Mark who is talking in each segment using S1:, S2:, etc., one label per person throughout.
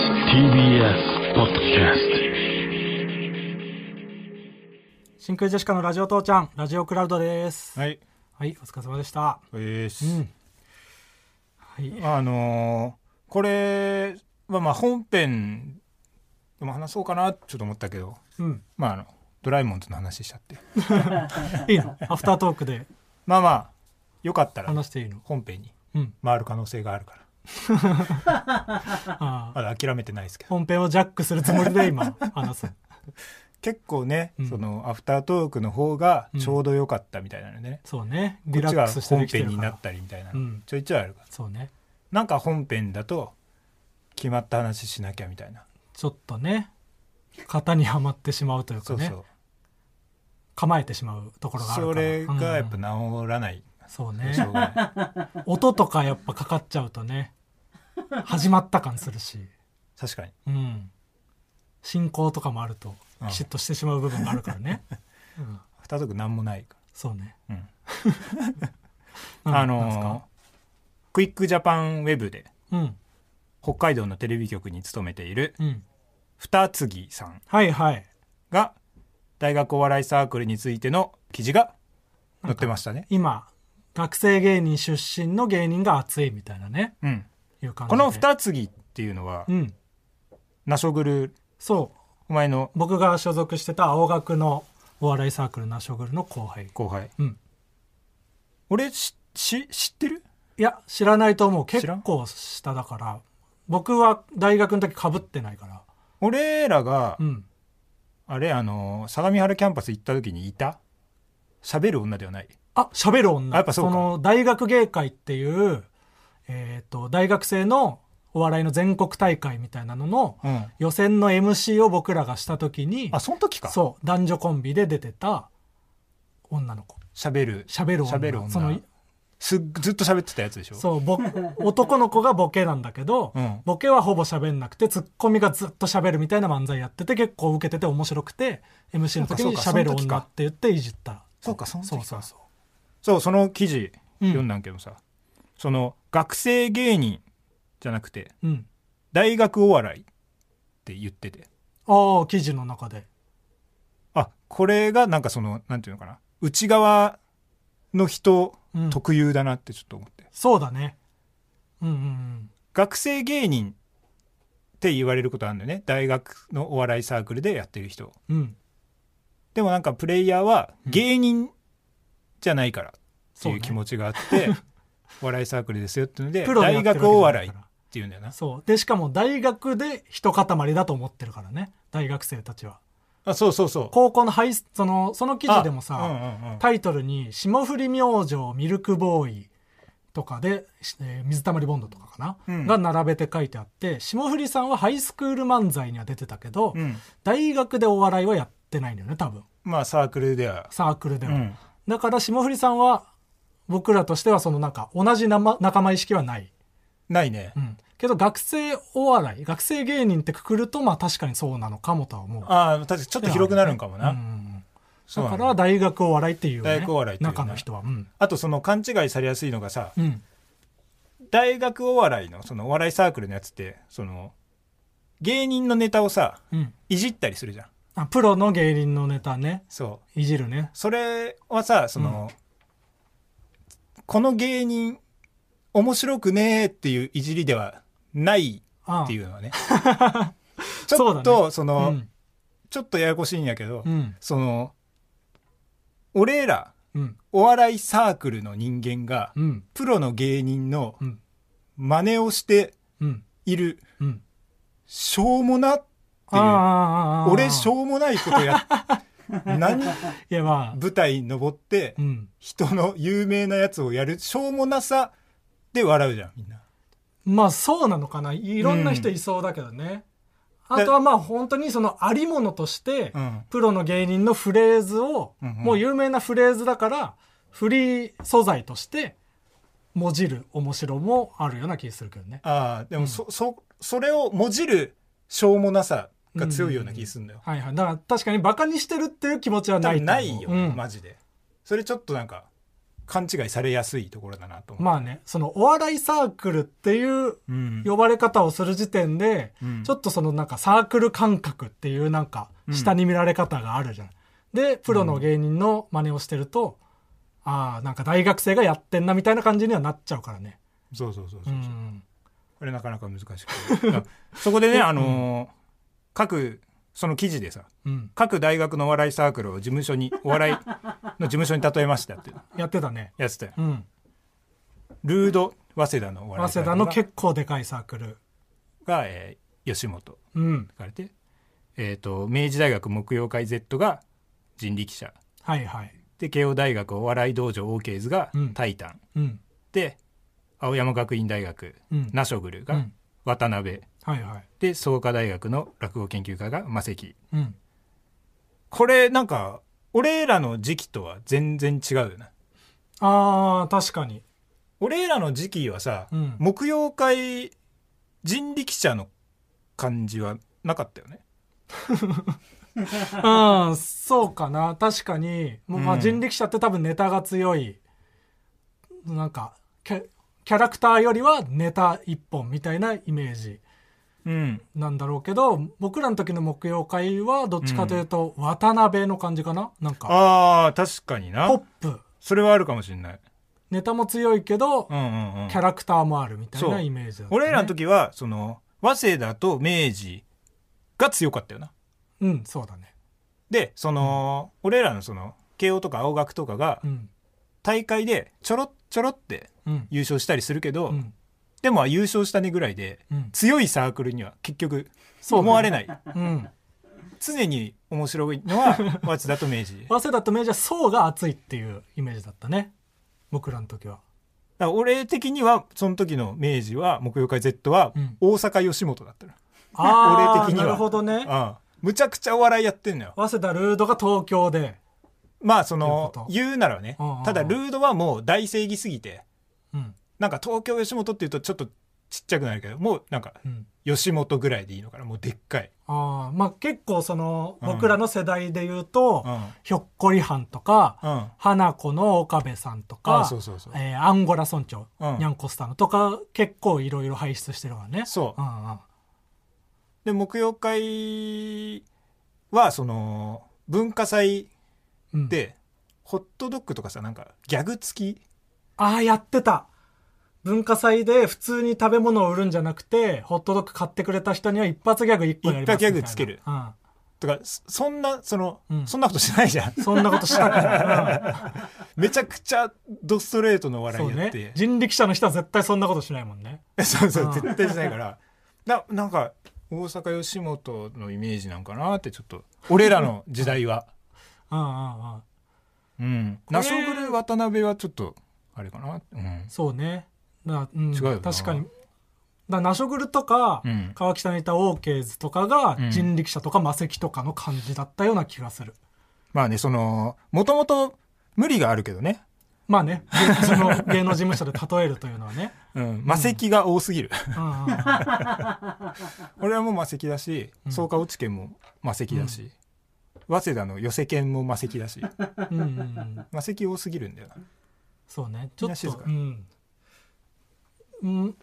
S1: TBS ポッドキャス
S2: 真空ジェシカのラジオ父ちゃんラジオクラウドですはい、
S3: はい、
S2: お疲れ様でした
S3: えーす
S2: うんはい
S3: あのーこれはまあ本編でも話そうかなってちょっと思ったけど、
S2: うん
S3: まああのドラえもんズの話しちゃって、
S2: いいのアフタートークで
S3: まあまあよかったら
S2: 話していいの
S3: 本編に
S2: うん
S3: 回る可能性があるから、
S2: ああ
S3: まだ諦めてないですけど、
S2: 本編をジャックするつもりで今話す
S3: 結構ね、
S2: うん
S3: そのアフタートークの方がちょうど良かったみたいなのでね、
S2: そうね
S3: こ
S2: リ
S3: っ
S2: ラ
S3: ち
S2: ッ
S3: が
S2: クスして
S3: 本
S2: できて
S3: 編に
S2: るか
S3: な
S2: ら
S3: ったりみたいな、
S2: うん
S3: ちょいちょいあるから
S2: そうね
S3: なんか本編だと決まった話しなきゃみたいな、
S2: ちょっとね型にはまってしまうという
S3: そ
S2: か
S3: う
S2: ね
S3: そう
S2: 構えてしまうところがあるか
S3: そ
S2: ら
S3: れがやっぱ
S2: うん
S3: 治らない、
S2: そう
S3: しょ
S2: ね
S3: うがない
S2: 音とかやっぱかかっちゃうとね始まった感するし
S3: 確かに
S2: うん進行とかもあると
S3: うん
S2: きちっとしてしまう部分があるから ね、うん
S3: アフタートークなんもないか
S2: そうね
S3: ら、うん
S2: なん
S3: あ
S2: なんですか
S3: のークイックジャパンウェブで
S2: うん
S3: 北海道のテレビ局に勤めている
S2: うん
S3: 二次さん
S2: はいはい
S3: が大学お笑いサークルについての記事が載ってましたね
S2: 今学生芸人出身の芸人が熱いみたいなね
S3: うん
S2: いう感じ
S3: こ
S2: で
S3: の二次っていうのは
S2: うん
S3: ナショグル
S2: そう
S3: お前の
S2: 僕が所属してた青学のお笑いサークルナショグルの後輩
S3: 後輩
S2: うん
S3: 俺しし知ってる
S2: いや知らないと思う
S3: 知
S2: 結
S3: らん
S2: 構下だから僕は大学の時かぶってないから
S3: 俺らが、
S2: うん
S3: あれあのー相模原キャンパス行った時にいた喋る女ではない
S2: あ喋る女
S3: あやっぱそうか
S2: の大学芸会っていう、えー、と大学生のお笑いの全国大会みたいなのの
S3: うん
S2: 予選の MC を僕らがした時に
S3: あその時か
S2: そう男女コンビで出てた女の子
S3: 喋る
S2: 喋る女
S3: 喋る女
S2: その
S3: すっずっと喋ってたやつでしょ
S2: そうぼ 男の子がボケなんだけど、
S3: うん
S2: ボケはほぼ喋んなくてツッコミがずっと喋るみたいな漫才やってて結構受けてて面白くて MC の時
S3: そう
S2: に
S3: かそうか
S2: 喋る
S3: その時か
S2: 女って言っていじった
S3: そうかその時
S2: そう
S3: か
S2: そうそう
S3: そうその記事
S2: うん
S3: 読んだんけどさ、その学生芸人じゃなくて
S2: うん
S3: 大学お笑いって言ってて
S2: ああ記事の中で
S3: あこれがなんかそのなんていうのかな内側の人
S2: うん
S3: 特有だなってちょっと思って、
S2: そうだねうんうんうん
S3: 学生芸人って言われることあるんだよね大学のお笑いサークルでやってる人
S2: うん
S3: でもなんかプレイヤーは芸人じゃないからって
S2: そう
S3: い
S2: ね
S3: う気持ちがあって、 お笑いサークルですよっていうので
S2: プロでや
S3: 大
S2: ってるわけ
S3: 学
S2: じゃないか
S3: お
S2: ら
S3: 笑いっていうんだよな
S2: そうでしかも大学で一塊だと思ってるからね大学生たちは
S3: あそうそうそう
S2: 高校のハイスそのその記事でもさ、
S3: あうんうんうん
S2: タイトルに「霜降り明星ミルクボーイ」とかで、えー水溜りボンドとかかな、
S3: うん
S2: が並べて書いてあって霜降りさんはハイスクール漫才には出てたけど、
S3: うん
S2: 大学でお笑いはやってないんだよね多分
S3: まあサークルでは、
S2: サークルで
S3: う
S2: は、
S3: ん、
S2: だから霜降りさんは僕らとしてはそのなんか同じ仲間仲間意識はない、
S3: ないね、
S2: うん、けど学生お笑い学生芸人ってくくるとまあ確かにそうなのかもとは思う
S3: ああ確かにちょっと広くなるんかもな、
S2: うんうんうん
S3: そう
S2: だ
S3: な
S2: か
S3: の
S2: ら大学お笑いっていう、ね、
S3: 大学お笑いっていうね
S2: 中の人はうん
S3: あとその勘違いされやすいのがさ
S2: うん
S3: 大学お笑いのそのお笑いサークルのやつってその芸人のネタをさ
S2: うん
S3: いじったりするじゃん
S2: あプロの芸人のネタね
S3: そう
S2: いじるね
S3: それはさその、この芸人面白くねーっていういじりではない
S2: ああ
S3: っていうのはね ち
S2: そ
S3: ょ
S2: うだね
S3: っとその、
S2: うん
S3: ちょっとややこしいんやけど、
S2: うん
S3: その俺ら
S2: うん
S3: お笑いサークルの人間が
S2: うん
S3: プロの芸人の
S2: うん
S3: 真似をして
S2: うん
S3: いる
S2: うん
S3: しょうもなっていう
S2: あー
S3: 俺しょうもないことや 何
S2: いやまあ
S3: 舞台登って
S2: うん
S3: 人の有名なやつをやるしょうもなさで笑うじゃんみんな
S2: まあそうなのかないろんな人いそうだけどね、あとはまあ本当にそのありものとして、
S3: うん
S2: プロの芸人のフレーズを、
S3: うんうん
S2: もう有名なフレーズだからフリー素材としてもじる面白もあるような気するけどね
S3: ああでもそ,、そそれをもじるしょうもなさが強いような気するんだよ、
S2: はいはいだから確かにバカにしてるっていう気持ちは
S3: 多
S2: ない
S3: 分
S2: と思
S3: な
S2: う
S3: いよ、
S2: うん
S3: マジでそれちょっとなんか勘違いされやすいところだなと思う、
S2: まあねそのお笑いサークルっていう
S3: うん
S2: 呼ばれ方をする時点で、
S3: うん
S2: ちょっとそのなんかサークル感覚っていうなんか
S3: うん
S2: 下に見られ方があるじゃない。でプロの芸人の真似をしてると、ああなんか大学生がやってんなみたいな感じにはなっちゃうからね。
S3: そうそうそう
S2: う、
S3: そう、うんこれなかなか難しくて いやそこでねあのー各その記事でさ
S2: うん、
S3: 各大学のお笑いサークルを事務所にお笑いの事務所に例えましたって
S2: やってたね。
S3: やつだよ
S2: うん、
S3: ルード早稲田のお笑
S2: 早
S3: いサ
S2: 稲田
S3: ークル
S2: の
S3: が
S2: 結構でかいサークル。
S3: が、えー吉本
S2: うん、
S3: かれて、えー、と明治大学木曜会 Z が人力車
S2: はいはい。
S3: で慶応大学お笑い道場 OK ズが
S2: うん
S3: タイタン、
S2: うん、
S3: で青山学院大学、
S2: うん
S3: ナショグル
S2: う
S3: が
S2: ん
S3: 渡辺、
S2: はいはい。
S3: で創価大学の落語研究会が正木
S2: うん、
S3: これなんか俺らの時期とは全然違うよな
S2: ああ確かに。
S3: 俺らの時期はさ、
S2: うん
S3: 木曜会人力車の感じはなかったよね
S2: うん、そうかな。確かに、もうま
S3: う
S2: あ、
S3: ん
S2: 人力車って多分ネタが強い。なんか、キャキャラクターよりはネタ一本みたいなイメージ
S3: うん
S2: なんだろうけど、僕らの時の木曜会はどっちかというと、渡辺の感じかななんか、
S3: あー確かにな
S2: ポップ。
S3: それはあるかもしれない
S2: ネタも強いけど
S3: う、んうんうん
S2: キャラクターもあるみたい
S3: そ
S2: な
S3: う
S2: イメージだったね、
S3: 俺らの時はその早稲田と明治が強かったよな
S2: うん、そうだね。
S3: でその、俺らのその慶応とか青学とかが
S2: うん、
S3: 大会でちょろっちょろって
S2: うん、
S3: 優勝したりするけど、
S2: うん、
S3: でも優勝したねぐらいで
S2: うん。
S3: 強いサークルには結局
S2: そうだね
S3: 思われない、
S2: うん。
S3: 常に面白いのは 早稲田と明治だか
S2: 早稲田と明治は層が厚いっていうイメージだったね。僕らの時は。
S3: ら俺的にはその時の明治は木曜会 Z は
S2: うん
S3: 大阪吉本だったの、
S2: あー
S3: 俺的には
S2: なるほどね。
S3: うんむちゃくちゃお笑いやってんのよ
S2: 早稲田ルードが東京で。
S3: まあそ
S2: という
S3: の
S2: こと
S3: 言うならね
S2: うんうんうん
S3: ただルードはもう大正義すぎて
S2: うん。
S3: なんか東京吉本っていうとちょっとちっちゃくなるけどもうなんか
S2: うん。
S3: 吉本ぐらいでいいのかなもうでっかい、
S2: ああ、まあ結構その、
S3: うん
S2: 僕らの世代で言うと、
S3: うんうん、
S2: ひょっこりはんとか、
S3: あ
S2: 花子の岡部さんとか、
S3: そうそうそう、
S2: えーアンゴラ村長、
S3: うん
S2: にゃんこスターのとか、結構いろいろ輩出してるからね。
S3: そうん
S2: うん。
S3: で木曜会はその文化祭
S2: うん、
S3: でホットドッグとかさなんかギャグ付き
S2: ああ、やってた。文化祭で普通に食べ物を売るんじゃなくて、ホットドッグ買ってくれた人には一発ギャグ一本やりますみたいな。
S3: 一発ギャグつける
S2: うん。
S3: とかそそんなその、
S2: うん
S3: そんなことしないじゃん
S2: そんなことしたくない。うん
S3: めちゃくちゃドストレートの笑
S2: そう
S3: いやっ
S2: ね
S3: て。
S2: 人力車の人は絶対そんなことしないもんね。
S3: そうそう
S2: うん
S3: 絶対しないから ななんか大阪吉本のイメージなんかなってちょっと俺らの時代は
S2: うんうんうん。
S3: うんナショナル渡辺はちょっとあれかなうん
S2: そうね。だうん、
S3: 違うよな
S2: 確かに。だナショグルとか、
S3: うん
S2: 川北にいたオーケーズとかが、
S3: うん
S2: 人力車とか魔石とかの感じだったような気がする。
S3: まあねそのもともと無理があるけどね
S2: まあ ね、芸その芸能事務所で例えるというのはね。
S3: うん魔石が多すぎる
S2: うんうんうん、
S3: 俺はもう魔石だし
S2: うん
S3: 創価落ち研も魔石だし、早稲田の寄せ研も魔石だし
S2: うんうんうん
S3: 魔石多すぎるんだよな
S2: そうね。ちょ
S3: みんな
S2: っ
S3: 静
S2: と
S3: か、
S2: うん。うん、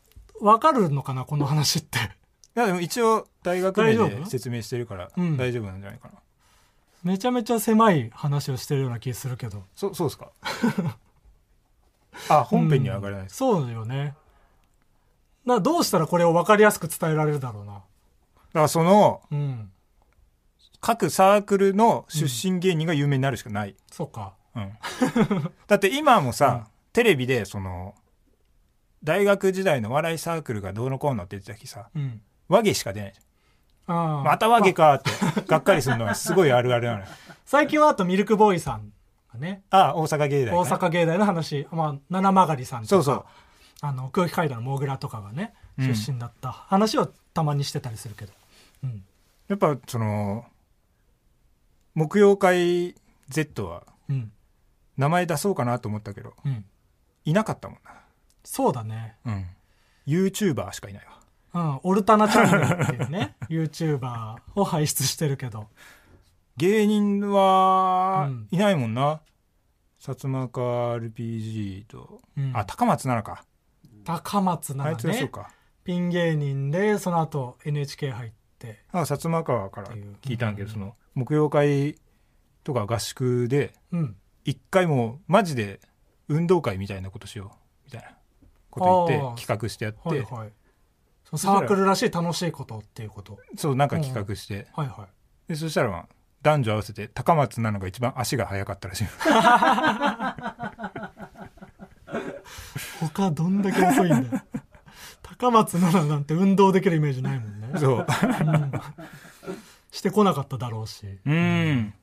S2: わかるのかな、この話って。
S3: いやでも一応大学名
S2: 大丈
S3: で
S2: 夫
S3: 説明してるから
S2: うん
S3: 大丈夫なんじゃないかな、
S2: めちゃめちゃ狭い話をしてるような気するけど。
S3: そそうですか あ本編には上がらないです、
S2: そうよねなどうしたらこれを分かりやすく伝えられるだろうな
S3: だからその
S2: うん
S3: 各サークルの出身芸人が有名になるしかない、
S2: そうか
S3: うん だって今もさ、テレビでその大学時代の笑いサークルがどうのこうのって言ってた時さ
S2: うん
S3: 和芸しか出ないじ
S2: あ
S3: ゃ
S2: あ
S3: んまた和芸かってがっかりするのはすごいあるあるなのよ
S2: 最近はあとミルクボーイさんがね
S3: あ大阪芸大、ね、
S2: 大阪芸大の話、まあ、七曲りさんとか
S3: そうそう
S2: あの空気階段のモグラとかがね
S3: うん
S2: 出身だった話をたまにしてたりするけど、うん、
S3: やっぱその木曜会 Z は
S2: うん
S3: 名前出そうかなと思ったけど
S2: うん
S3: いなかったもん
S2: そうだね
S3: なうん YouTuber しかいないわ
S2: うん、オルタナチャンネルっていう ね YouTuber を輩出してるけど
S3: 芸人は
S2: うん
S3: いないもんな、薩摩川 RPG と、
S2: うん
S3: あ高松奈良か
S2: 高松
S3: あ
S2: ないら
S3: つがそう
S2: ね
S3: か
S2: ピン芸人でその後 NHK 入って
S3: あ薩摩川から
S2: っていう
S3: 聞いたんだけど、その木曜会とか合宿で
S2: うん
S3: 一回もうマジで運動会みたいなことしようみたいなこと言
S2: あ
S3: っ
S2: ー
S3: て企画してやって、
S2: はいはいそのサークルらしい楽しいことっていうこと
S3: そうなんか企画して、
S2: はいはい
S3: でそしたら、まあ、男女合わせて高松なのが一番足が速かったらしい
S2: 他どんだけ遅いんだよ 高松奈々なんて運動できるイメージないもんね
S3: そう
S2: してこなかっただろうし
S3: うん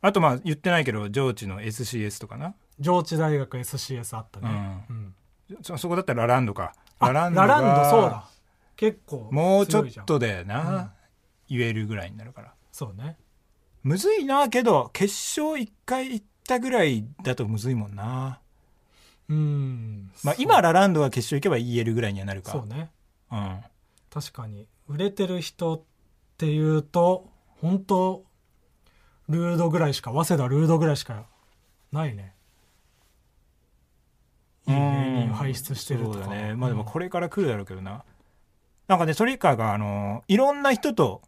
S3: あとまあ言ってないけど上智の SCS とかな
S2: 上智大学 SCS あったね、うん
S3: そそこだったらラランドか
S2: あ
S3: ラ
S2: ララ
S3: ラン
S2: ン
S3: ド
S2: ド
S3: が
S2: そうだ結構
S3: もうちょ
S2: 強
S3: っ
S2: いじゃん
S3: とでな、言えるぐらいになるから
S2: そうね
S3: むずいなけど決勝1回行ったぐらいだとむずいもんな、
S2: うん
S3: まあ、今ラランドは決勝行けば言えるぐらいにはなるか
S2: そうね
S3: うん、
S2: 確かに売れてる人っていうと本当ルードぐらいしか早稲田ルードぐらいしかないねいい芸人を輩出してると
S3: そう
S2: か
S3: だねまあでもこれから来るだろうけどな、なんかねそれ以下があのいろんな人と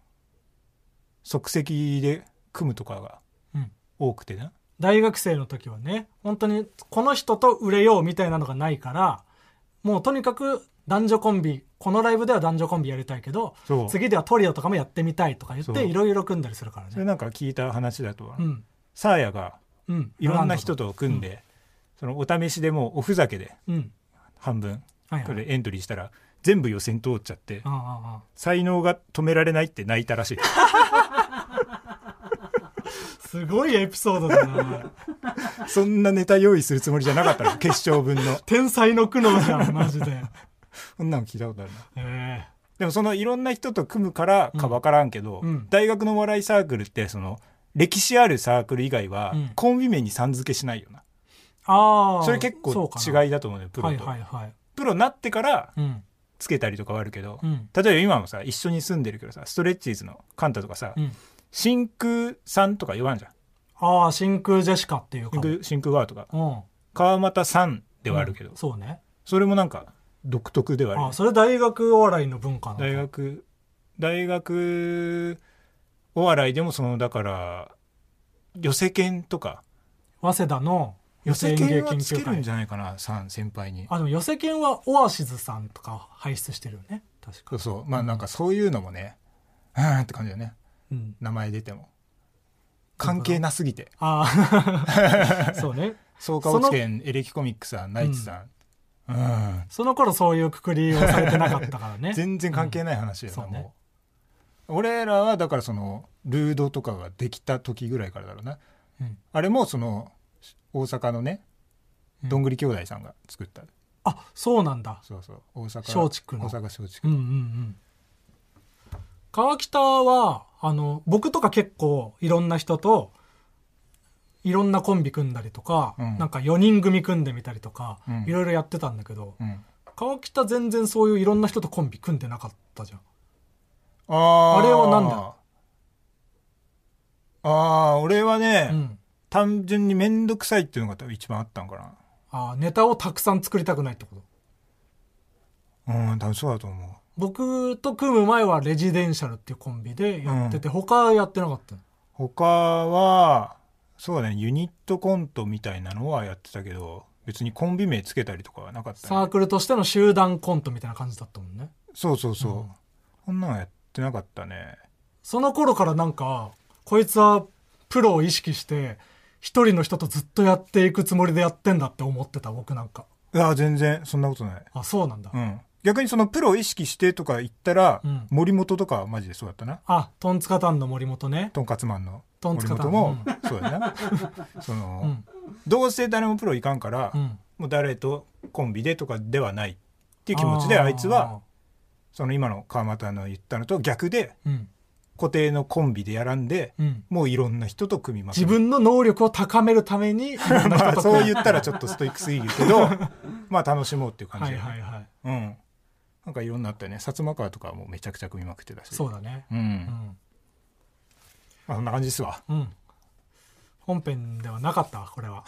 S3: 即席で組むとかが
S2: うん
S3: 多くてな、
S2: 大学生の時はね本当にこの人と売れようみたいなのがないからもうとにかく男女コンビこのライブでは男女コンビやりたいけど
S3: そう
S2: 次ではトリオとかもやってみたいとか言っ
S3: そう
S2: ていろいろ組んだりするから
S3: それ
S2: ね
S3: なんか聞いた話だと、
S2: うん
S3: サーヤが
S2: うん
S3: いろんな人
S2: と
S3: と組んで、そのお試しでもうおふざけで
S2: うん
S3: 半分
S2: はいは
S3: こ
S2: い
S3: れエントリーしたら全部予選通っちゃって
S2: ああああ
S3: 才能が止められないって泣いたらしい
S2: すごいエピソードだな
S3: そんなネタ用意するつもりじゃなかったの 決勝分の
S2: 天才の苦悩じゃんマ ジで
S3: そんなの聞いたことあるな
S2: え
S3: でもそのいろんな人と組むからか分からんけど、
S2: うんうん
S3: 大学のお笑いサークルってその歴史あるサークル以外は
S2: うん
S3: コンビ名にさん付けしないよな、
S2: えああ
S3: それ結構違
S2: い
S3: いだと思うねプロ
S2: は
S3: と、
S2: いはいはい
S3: プロになってから
S2: うん
S3: つけたりとかはあるけど、
S2: うん
S3: 例えば今もさ一緒に住んでるけどさストレッチーズのカンタとかさ、
S2: うん
S3: 真空さんとか言わんじゃん
S2: ああ真空ジェシカっていうか
S3: 真
S2: も
S3: 空真空ワーとか
S2: うん
S3: 川又さんではあるけど、
S2: うんそうね
S3: それもなんか独特ではあるよ
S2: あ
S3: ね
S2: あそれ大学お笑いの文化なのか
S3: 大学大学お笑いでもそのだから寄せ犬とか
S2: 早稲田の
S3: 寄せ犬はつ
S2: 究
S3: けるん
S2: 会
S3: じゃないかなさん先輩に
S2: あでも寄せ犬はオアシズさんとか輩出してるよね確
S3: そ
S2: か
S3: うそうまあなんかそういうのもねうーんって感じだよね
S2: うん
S3: 名前出ても関係なすぎて
S2: あ あそうね
S3: 草加落研エレキコミックさんナイツさんうーん
S2: その頃そういうくくりをされてなかったからね
S3: 全然関係ない話だよな、
S2: うんそうね
S3: もう俺らはだからそのルードとかができた時ぐらいからだろうな
S2: うん
S3: あれもその大阪のね
S2: うん
S3: どんぐり兄弟さんが作った、
S2: あそうなんだ
S3: そうそう大阪
S2: 松竹の
S3: 大阪松竹
S2: うんうんうん川北はあの僕とか結構いろんな人といろんなコンビ組んだりとか、
S3: うん
S2: なんか4人組組んでみたりとか、
S3: うん
S2: いろいろやってたんだけど
S3: うん、
S2: 川北全然そういういろんな人とコンビ組んでなかったじゃん
S3: ああ
S2: あれはなんだ
S3: ああ俺はね、
S2: うん、
S3: 単純に面倒くさいっていうのが多分一番あったんか
S2: あーネタをたくさん作りたくないってこと
S3: なうん多分そうだと思う
S2: 僕と組む前はレジデンシャルっていうコンビでやってて、他やってなかったの
S3: 他はそうだねユニットコントみたいなのはやってたけど別にコンビ名つけたりとかはなかった、ね、
S2: サークルとしての集団コントみたいな感じだったもんね
S3: そうそうそう、
S2: うん
S3: こんなのやってなかったね
S2: その頃からなんかこいつはプロを意識して一人の人とずっとやっていくつもりでやってんだって思ってた僕なんか
S3: いや全然そんなことない
S2: あそうなんだ、
S3: うん逆にそのプロを意識してとか言ったら、
S2: うん
S3: 森本とかはマジでそうだったな
S2: あトンツカタンの森本ね
S3: とんかつマンの
S2: とん
S3: 森
S2: つかた
S3: 本
S2: ん
S3: も、そうだな その、
S2: うん
S3: どうせ誰もプロいかんから、
S2: うん
S3: もう誰とコンビでとかではないっていう気持ちであいつはその今の川又の言ったのと逆で
S2: あーうん
S3: 固定のコンビでやらんで、
S2: うん
S3: もういろんな人と組みます
S2: 自分の能力を高めるためにいろんな人
S3: まあ
S2: と
S3: そう言ったらちょっとストイックすぎる けどまあ楽しもうっていう感
S2: は
S3: じ
S2: い
S3: で、
S2: はいはい
S3: うんなんかいろんなあったよね薩摩川とかはもうめちゃくちゃ組みまくってたし
S2: そうだね
S3: うん
S2: うん
S3: まあ、そんな感じですわ
S2: うん本編ではなかったわこれは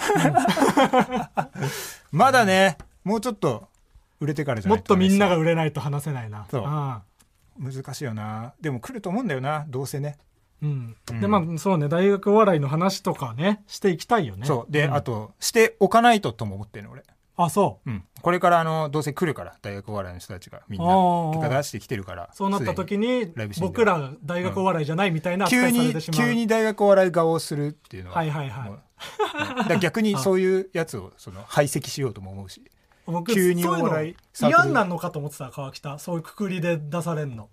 S3: まだね、もうちょっと売れてからじゃ
S2: も
S3: な
S2: っ
S3: い
S2: とみんなが
S3: が
S2: 売れないと話せないな
S3: そうん難しいよなでも来ると思うんだよなどうせね
S2: うん
S3: うん
S2: でまあそうね大学お笑いの話とかねしていきたいよね
S3: そうで、
S2: ん
S3: あとしておかないととも思ってるの俺
S2: あそ
S3: うん、これからあのどうせ来るから大学お笑いの人たちがみん
S2: あ
S3: な
S2: ー
S3: 結果出してきてるから
S2: うそうなった時に
S3: ライブしてんだよ
S2: 僕ら大学お笑いじゃないみたいな
S3: すで
S2: 扱い
S3: に
S2: されて
S3: 急に
S2: しまう
S3: 急に大学お笑い顔をするっていうのは
S2: はいはいはい
S3: もううんだから 逆にそういうやつをその排斥しようとも思うし
S2: 僕
S3: 急にお
S2: そう
S3: 笑
S2: い
S3: いうサ
S2: の
S3: ークル
S2: 嫌なんのかと思ってた川北そういうくくりで出されんの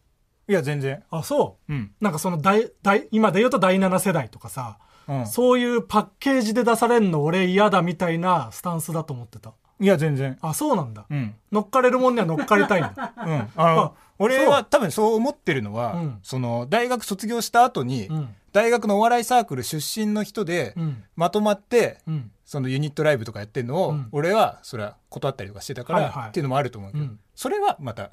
S3: いや全然
S2: あそ
S3: うん、
S2: うなんかその大大今で言うと第7世代とかさ
S3: うん、
S2: そういうパッケージで出されんの俺嫌だみたいなスタンスだと思ってた
S3: いや全然
S2: あそうなんだ
S3: うん
S2: 乗っかれるもんには乗っかりたいん だ
S3: うん、あの
S2: あ
S3: 俺は多分そう思ってるのは、
S2: うん
S3: その大学卒業した後に、
S2: うん
S3: 大学のお笑いサークル出身の人で、
S2: うん
S3: まとまって、
S2: うん
S3: そのユニットライブとかやってるのを、
S2: うん
S3: 俺はそれは断ったりとかしてたから、
S2: はいはい
S3: っていうのもあると思うけど、
S2: うん
S3: それはまた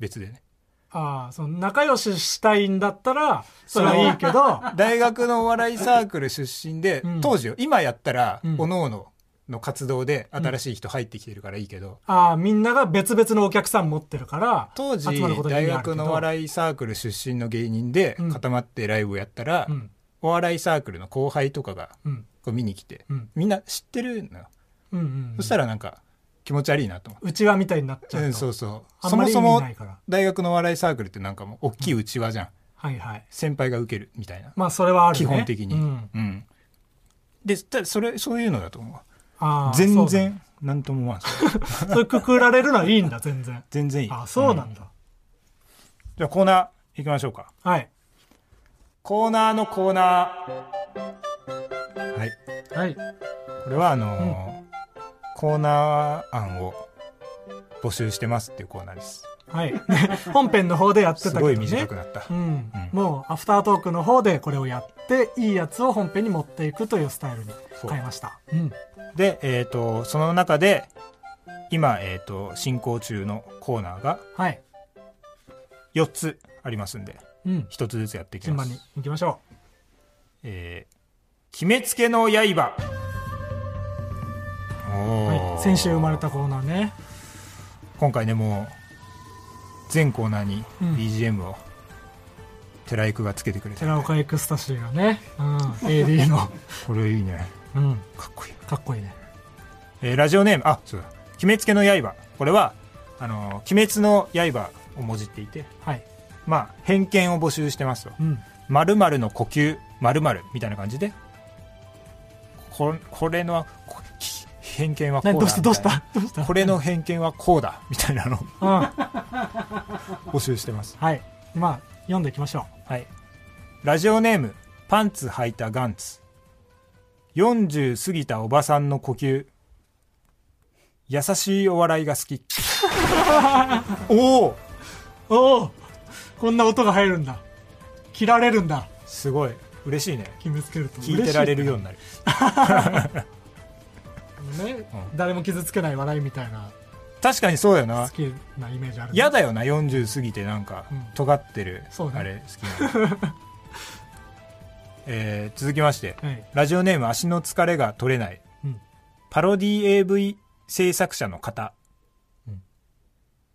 S3: 別でね
S2: ああその仲良ししたいんだったらそれはいいけど
S3: 大学のお笑いサークル出身で、
S2: うん
S3: 当時よ今やったら、
S2: うん
S3: おのおのの活動で新しい人入ってきてるからいいけど、
S2: ああみんなが別々のお客さん持ってるから
S3: 当時
S2: 集まることに意
S3: 大
S2: 味あるけ
S3: 学
S2: ど
S3: のお笑いサークル出身の芸人で
S2: うん
S3: 固まってライブをやったら、
S2: うん
S3: お笑いサークルの後輩とかが
S2: うん
S3: こう見に来て、
S2: うん
S3: みんな知ってるのよ、
S2: うんうん
S3: そしたらなんか気持ち悪いなと思って、
S2: うちわみたいになっちゃう
S3: う
S2: と
S3: ん、そうそう
S2: あ
S3: そ
S2: んま
S3: も
S2: り意
S3: そ
S2: 味
S3: も
S2: ないから
S3: 大学のお笑いサークルってなんかもう大きいうちわじゃん、
S2: はいはい
S3: 先輩が受けるみたいな、
S2: まあそれはあるね
S3: 基本的に、
S2: うん
S3: うんでたそれそういうのだと思う
S2: ああ
S3: 全
S2: そうだ
S3: 然なんとも思わん それ
S2: それくくられるのはいいんだ全 然
S3: 全然いい
S2: あそうなんんだ、
S3: じゃあコーナー行きましょうか
S2: はい
S3: コーナーのコーナーはい
S2: はい
S3: これはあのーコーナー案を募集してますっていうコーナーです
S2: はい 本編の方でやってた
S3: す
S2: けど
S3: ごい
S2: ね
S3: 短くなった、
S2: うん
S3: うん
S2: もうアフタートークの方でこれをやっていいやつを本編に持っていくというスタイルに変えましたうん
S3: でえっ、とその中で今、えー、と進行中のコーナーが
S2: はい、
S3: 4つありますんで
S2: うん、
S3: 1つずつやっていき
S2: 順
S3: ま
S2: 番
S3: す
S2: に行きましょ
S3: えー決めつけの刃お
S2: う、
S3: ー
S2: はい、先週生まれたコーナーね
S3: 今回ねもう全コーナーに
S2: うん
S3: BGM を寺井くがつけてくれて
S2: 寺岡エクスタシーがね、うん、AD の、
S3: これいいね
S2: うん、
S3: かっこいい、
S2: かっこいいね
S3: えーラジオネームあそうだ「鬼滅家の刃」これは「あのー鬼滅の刃」をもじっていて
S2: はい、
S3: まあ偏見を募集してますと
S2: うん、
S3: 「〇〇の呼吸〇〇みたいな感じでここれのこき偏見はこう
S2: 何ど
S3: だ
S2: うしたどうし
S3: み
S2: たどうしたた
S3: いなこれの偏見はこうだみたいなのを
S2: うん
S3: 募集してます
S2: はいまあ読んでいきましょ
S3: はい。ラジオネーム、パンツ履いたガンツ。40過ぎたおばさんの呼吸。優しいお笑いが好 き。おお
S2: うおおこんな音が入るんだ切られるんだ
S3: すごい。嬉しいね。
S2: 決めつけると
S3: 聞いてられるようになる。
S2: 嬉しいね
S3: う
S2: 誰も傷つけない笑いみたいな
S3: 確かにそうだよ
S2: 好
S3: な。
S2: きなイメージあるね
S3: 嫌だよな、40過ぎてなんか
S2: うん、
S3: 尖ってる、
S2: そうね
S3: あれ好きな の。えー続きまして、
S2: はい
S3: ラジオネーム足の疲れが取れない。
S2: うん
S3: パロディ AV 制作者の方、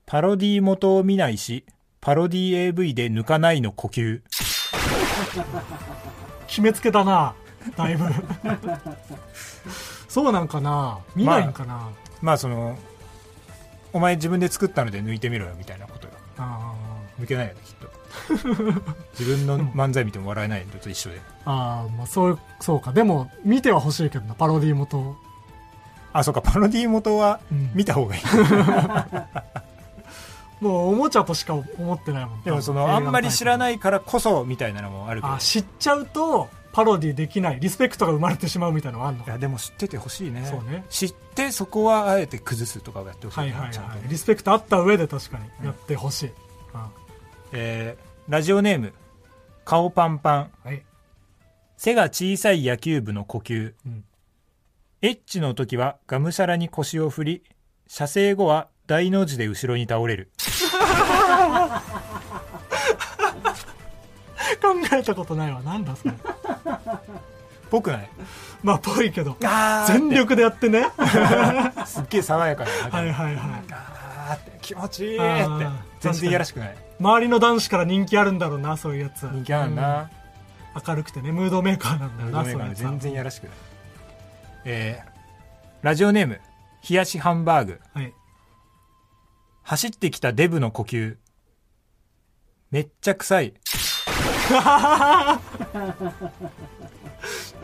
S3: パロディ元を見ないしパロディ AV で抜かないの呼吸
S2: 決めつけたなだい ぶそうなんかな見ないんかな、
S3: まあそのお前自分で作ったので抜いてみろよみたいなことよ
S2: あ
S3: 抜けないよねきっ と自分の漫才見ても笑えないのと一緒で
S2: ーあーまあそういうそうかでも見ては欲しいけどなパロディ元
S3: あそうかパロディ元は
S2: うん
S3: 見た方がいい、
S2: もうおもちゃとしか思ってないもん
S3: でもその あんまり知ら
S2: い
S3: ないからこそみたいなのもあるけど
S2: あ知っちゃうとパロディできないリスペクトが生まれてしまうみたいなのはあるの
S3: い
S2: か
S3: やでも知っててほしいね
S2: そうね
S3: 知ってそこはあえて崩すとかをやってほしい
S2: は
S3: ね、
S2: いはい
S3: ちゃんと
S2: は
S3: ね
S2: いリスペクトあった上で確かにやってほしい、あ
S3: えーラジオネーム顔パンパン
S2: はい
S3: 背が小さい野球部の呼吸、
S2: うん
S3: エッチの時はがむしゃらに腰を振り射精後は大の字で後ろに倒れる
S2: 考えたことないわなんだそれ
S3: ぽくない
S2: まあぽいけど
S3: あーって
S2: 全力でやってねは
S3: すっげえ爽やかな、
S2: いはいはい
S3: あーって気持ちいい
S2: あ
S3: って
S2: ー
S3: 全然いやらしくない
S2: 周りの男子から人気あるんだろうなそういうやつ
S3: 人気あるな、
S2: うん明るくてねムードメーカーなんだよ
S3: ムード
S2: な
S3: メ
S2: そ
S3: ー
S2: う
S3: カ
S2: いう
S3: ーね
S2: やつ
S3: 全然いやらしくないえーラジオネーム冷やしハンバーグ
S2: はい
S3: 走ってきたデブの呼吸めっちゃ臭い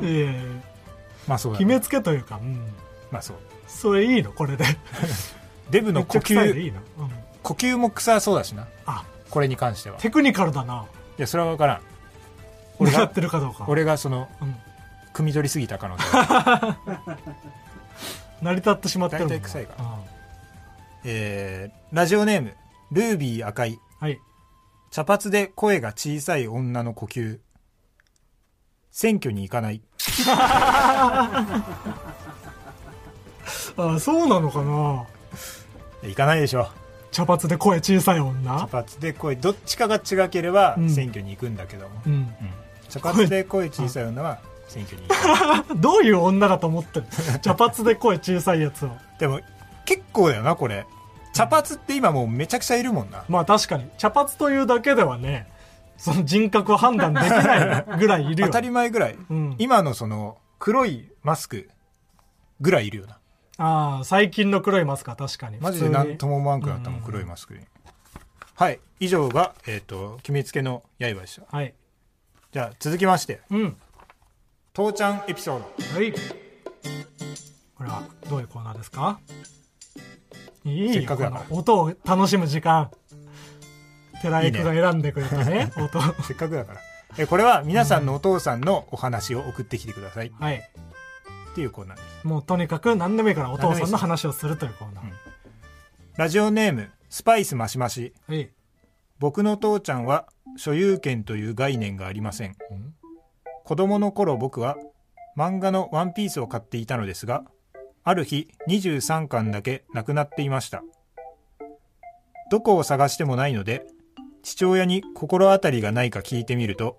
S2: いえいえ
S3: まあそうだ
S2: 決
S3: ね、
S2: めつけというか、うん、
S3: まあそう
S2: それいいのこれで
S3: デブ
S2: め
S3: の
S2: っ
S3: 呼
S2: ちゃ臭いで
S3: 吸
S2: いいの、うん、
S3: 呼吸も臭そうだしな
S2: あ
S3: これに関してはい
S2: テクニカルだない
S3: やそれは分からん俺
S2: 狙
S3: が
S2: ってるかどうか
S3: 俺がその
S2: うん
S3: 汲み取りすぎた可 能性ある
S2: 成り立ってしまってるもんな
S3: 大体臭いか
S2: うん
S3: えーラジオネームルービー赤い
S2: はい
S3: 茶髪で声が小さい女の呼吸選挙に行かない
S2: あそうなのかない
S3: や行かないでしょ
S2: 茶髪で声小さい女
S3: 茶髪で声どっちかが違ければ
S2: うん
S3: 選挙に行くんだけども、
S2: うん
S3: うん茶髪で声小さい女は選挙に行かない
S2: どういう女だと思ってる 茶髪で声小さいやつを
S3: でも結構だよなこれ茶髪って今もうめちゃくちゃいるもんな
S2: まあ確かに茶髪というだけではねその人格を判断できないぐらいいるよ
S3: 当たり前ぐらい、
S2: うん
S3: 今のその黒いマスクぐらいいるよな
S2: ああ最近の黒いマスクは確かに
S3: マジで
S2: 普通に
S3: 何とも思わんくなったもん黒いマスクにはい以上が、えっと決めつけの刃でした
S2: はい
S3: じゃあ続きまして
S2: うん
S3: 父ちゃんエピソード
S2: はいこれはどういうコーナーですかい
S3: せ
S2: い
S3: っ
S2: よ
S3: かくだから
S2: この音を楽しむ時間寺井君が選んでくれたね音は
S3: せっかくだからえこれは皆さんのお父さんのお話を送ってきてください
S2: い
S3: っていうコーナーです
S2: もうとにかく何でもいいからお父さんの話をするというコーナー、
S3: ラジオネームスパイスマシマシ
S2: はい
S3: 僕の父ちゃんは所有権という概念がありません子供の頃僕は漫画のワンピースを買っていたのですがある日23巻だけなくなっていましたどこを探してもないので父親に心当たりがないか聞いてみると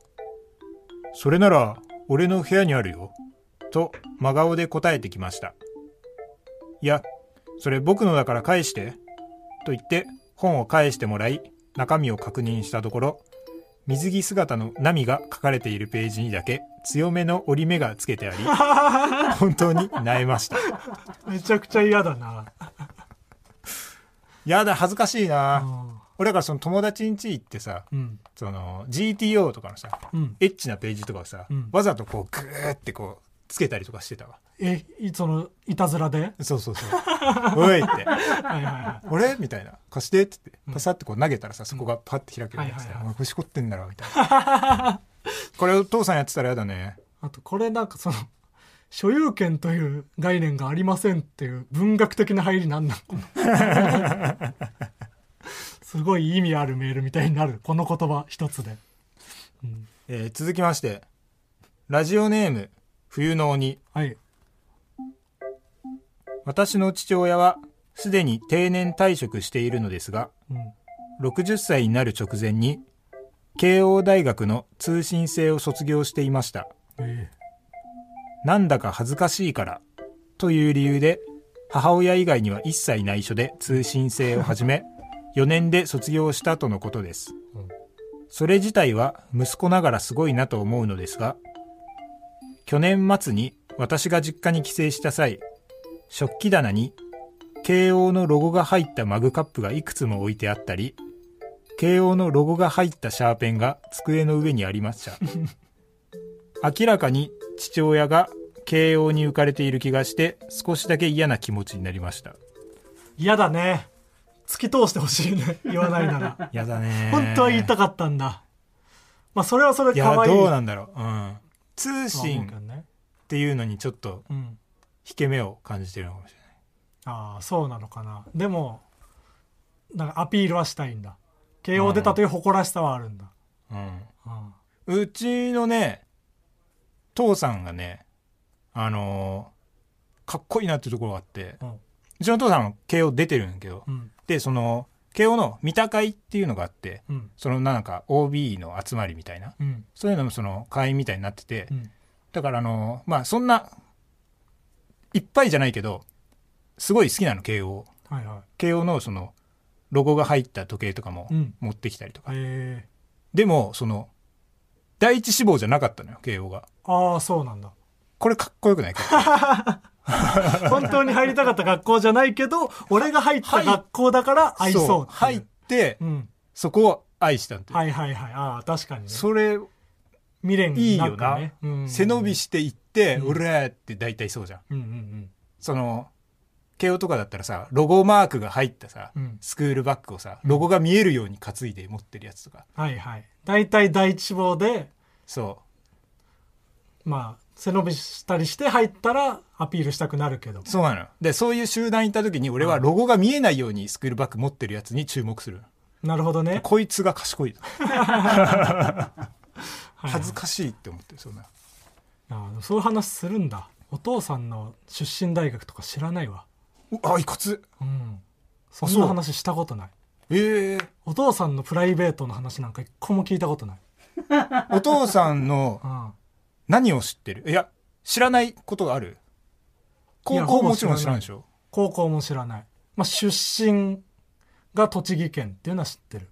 S3: 「それなら俺の部屋にあるよ」と真顔で答えてきました「いやそれ僕のだから返して」と言って本を返してもらい中身を確認したところ水着姿のナミが書かれているページにだけ強めの折り目がつけてあ り本当に萎えました
S2: めちゃくちゃ嫌だな、
S3: やだ恥ずかしいな、
S2: うん
S3: 俺だからその友達ん家行ってさ
S2: うん
S3: その GTO とかのさ
S2: うん、
S3: エッチなページとかをさ、
S2: うん
S3: わざとこうグーってこうつけたりとかしてたわ
S2: えいそのいたずらで
S3: そうそうそう「おい!」って
S2: はいはいは
S3: 「俺?」みたいな「貸して」って言って
S2: ん
S3: パサってこう投げたらさそこがパッて開けるや
S2: は
S3: つ
S2: いはい
S3: で
S2: はい
S3: お前これしこってんだろ」みたいな これお父さんやってたらやだね
S2: いあとこれなんかその所有権という概念がありませんっていう文学的な入りなんなんすごい意味あるメールみたいになるこの言葉一つで
S3: えー続きましてラジオネーム冬の鬼
S2: はい
S3: 私の父親はすでに定年退職しているのですが
S2: うん
S3: 60歳になる直前に慶応大学の通信制を卒業していました
S2: え
S3: なんだか恥ずかしいからという理由で母親以外には一切内緒で通信制を始 め4年で卒業したとのことです
S2: うん
S3: それ自体は息子ながらすごいなと思うのですが去年末に私が実家に帰省した際食器棚に慶応のロゴが入ったマグカップがいくつも置いてあったり慶応のロゴが入ったシャーペンが机の上にありました明らかに父親が慶応に浮かれている気がして少しだけ嫌な気持ちになりました
S2: 嫌だね突き通してほしいね言わないなら
S3: やだね
S2: 本当は言いたかったんだまあそれはそれ
S3: い
S2: で
S3: や
S2: 可愛い
S3: どう
S2: とは
S3: なんだろう、うん、通
S2: 思
S3: 信
S2: うけど
S3: っ
S2: ね
S3: ていうのにちょっと
S2: うん
S3: 引け目を感じてるのかもしれない
S2: ああそうなのかなでもなんかアピールはしたいんだ慶応出たという誇らしさはあるんだ、うん
S3: うん、うちのね父さんがねあのーかっこいいなっていうところがあって
S2: うん
S3: うちの父さんは慶応出てるんだけど、
S2: うん
S3: でその慶応の三鷹会っていうのがあって
S2: うん
S3: そのなんか OB の集まりみたいな
S2: うん
S3: そういうのもその会員みたいになってて、
S2: うん
S3: だからあの、まあそんな、いっぱいじゃないけど、すごい好きなの、慶応。
S2: はいはい。
S3: 慶応のその、ロゴが入った時計とかも
S2: うん
S3: 持ってきたりとか。
S2: え
S3: でも、その、第一志望じゃなかったのよ、慶応が。
S2: ー、ああ、そうなんだ。
S3: これかっ こよくないか
S2: 本当に入りたかった学校じゃないけ ど、俺が入った学校だから愛そうっていう。
S3: 入って、
S2: うん。
S3: そこを愛したっていう。
S2: はいはいはい。ああ、確かにね。
S3: それ、
S2: 未練
S3: いい
S2: な
S3: よ
S2: んか
S3: な。
S2: ね。うん
S3: 背伸びしていって、
S2: うん
S3: うらーって大体そうじゃん。
S2: うんうん
S3: その、慶応とかだったらさ、ロゴマークが入ったさ、
S2: うん
S3: スクールバッグをさ、ロゴが見えるように担いで持ってるやつとか。
S2: うん。はいはい。大体第一志望で、
S3: そ
S2: まあ、背伸びしたりして入ったらアピールしたくなるけど
S3: う。。そうなのよ。で、そういう集団いた時に、俺はロゴが見えないようにスクールバッグ持ってるやつに注目する。
S2: なるほどね。
S3: こいつが賢いと。
S2: はいはい
S3: 恥ずかしいって思ってる、そんな。
S2: ああそういう話するんだ。お父さんの出身大学とか知らないわ。
S3: うあ、いかつ。
S2: うん。そ
S3: そうん
S2: な話したことない。
S3: ええ
S2: お父さんのプライベートの話なんか一個も聞いたことない。
S3: お父さんの
S2: うん。
S3: 何を知ってるいや、知らないことがある
S2: いや
S3: 高校
S2: ほぼ
S3: もちろん知らないでしょ
S2: 高校も知らない。まあ、出身が栃木県っていうのは知ってる。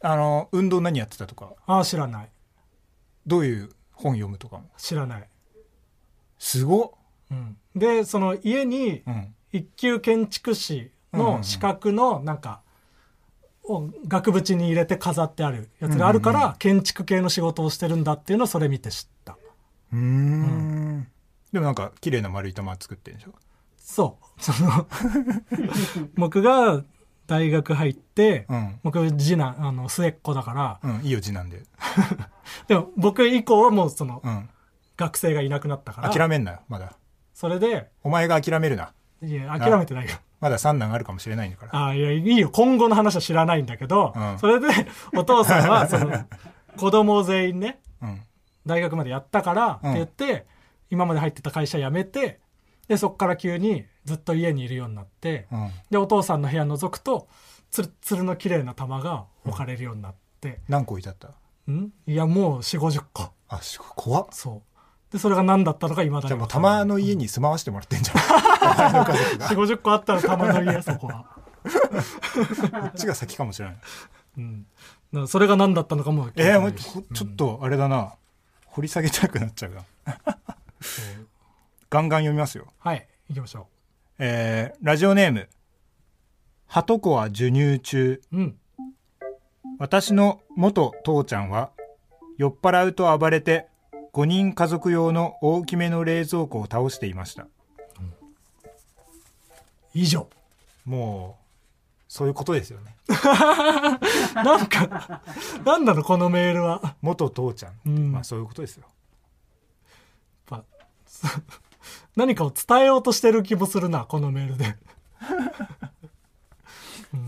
S3: あの、運動何やってたとか、
S2: ああ、知らない。
S3: どういう本読むとかも。
S2: 知らない。
S3: すごっ。
S2: うん。で、その家に
S3: うん。
S2: 一級建築士
S3: うんうんう
S2: の
S3: ん
S2: 資格のなんか、を額縁に入れて飾ってあるやつがあるか
S3: うん
S2: ら建築系の仕事をしてるんだっていうのをそれ見て知った。
S3: うーん。でもなんか、綺麗な丸い玉作ってるでしょ
S2: そう。そ の僕が大学入って、
S3: うん。
S2: 僕次男、あの末っ子だから、
S3: うん、いいよ、次男で。
S2: でも僕以降はもうその
S3: うん。
S2: 学生がいなくなったから、
S3: 諦めんなよ、まだ。
S2: それで、
S3: お前が諦めるな。
S2: いや、諦めてないよ。
S3: まだ三男あるかもしれないんだから。
S2: ああ、いや、いいよ。今後の話は知らないんだけど、
S3: うん
S2: それ で、お父さんは、その、子供を全員ね、
S3: うん。
S2: 大学までやったから、って
S3: うん
S2: 言って、今まで入ってた会社辞めて、で、そっから急にずっと家にいるようになって、
S3: うん。
S2: で、お父さんの部屋覗くと、つるっつるの綺麗な玉が置かれるようになって、
S3: 何個置いてあった
S2: んいや、もう四五十個。
S3: あ、すごい、怖っ。
S2: そう。で、それが何だったのか未だに。
S3: じゃあもう、玉の家に住まわしてもらってんじ ゃん。
S2: 四五十個あったら玉の家、そこは。
S3: こっちが先かもしれない。
S2: うん。だからそれが何だったのかも聞いて
S3: え
S2: ない
S3: ー、もう
S2: し
S3: ほちょっと、あれだな。掘り下げたくなっちゃうな。
S2: そう
S3: ガンガン読みますよ。
S2: はい、行きましょ
S3: えー、ラジオネーム。ハトコは授乳中。
S2: う。うん。
S3: 私の元父ちゃんは酔っ払うと暴れて5人家族用の大きめの冷蔵庫を倒していました
S2: 以上。
S3: もうそういうことですよね
S2: なんか、なんなの、このメールは。やっ
S3: 元父ちゃん、
S2: うん
S3: まあそういうことですよ
S2: ぱ、 そ何かを伝えようとしてる気もするな、このメールで。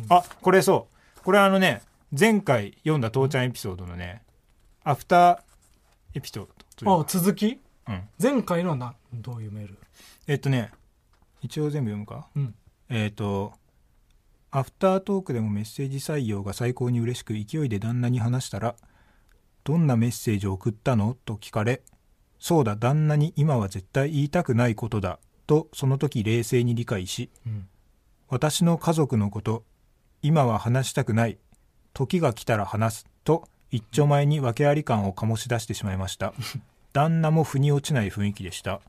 S3: あこれそうこれあのね前回読んだ父ちゃんエピソードのねアフターエピソードという
S2: あ
S3: か、
S2: 続き
S3: うん、
S2: 前回のはな、どういうメール
S3: えっとね一応全部読むか
S2: うん。
S3: えっ、と、アフタートークでもメッセージ採用が最高に嬉しく勢いで旦那に話したら、どんなメッセージを送ったのと聞かれ、そうだ、旦那に今は絶対言いたくないことだ、とその時冷静に理解し、
S2: うん
S3: 私の家族のこと、今は話したくない、時が来たら話す、と一丁前に訳あり感を醸し出してしまい ました。旦那も腑に落ちない雰囲気でした。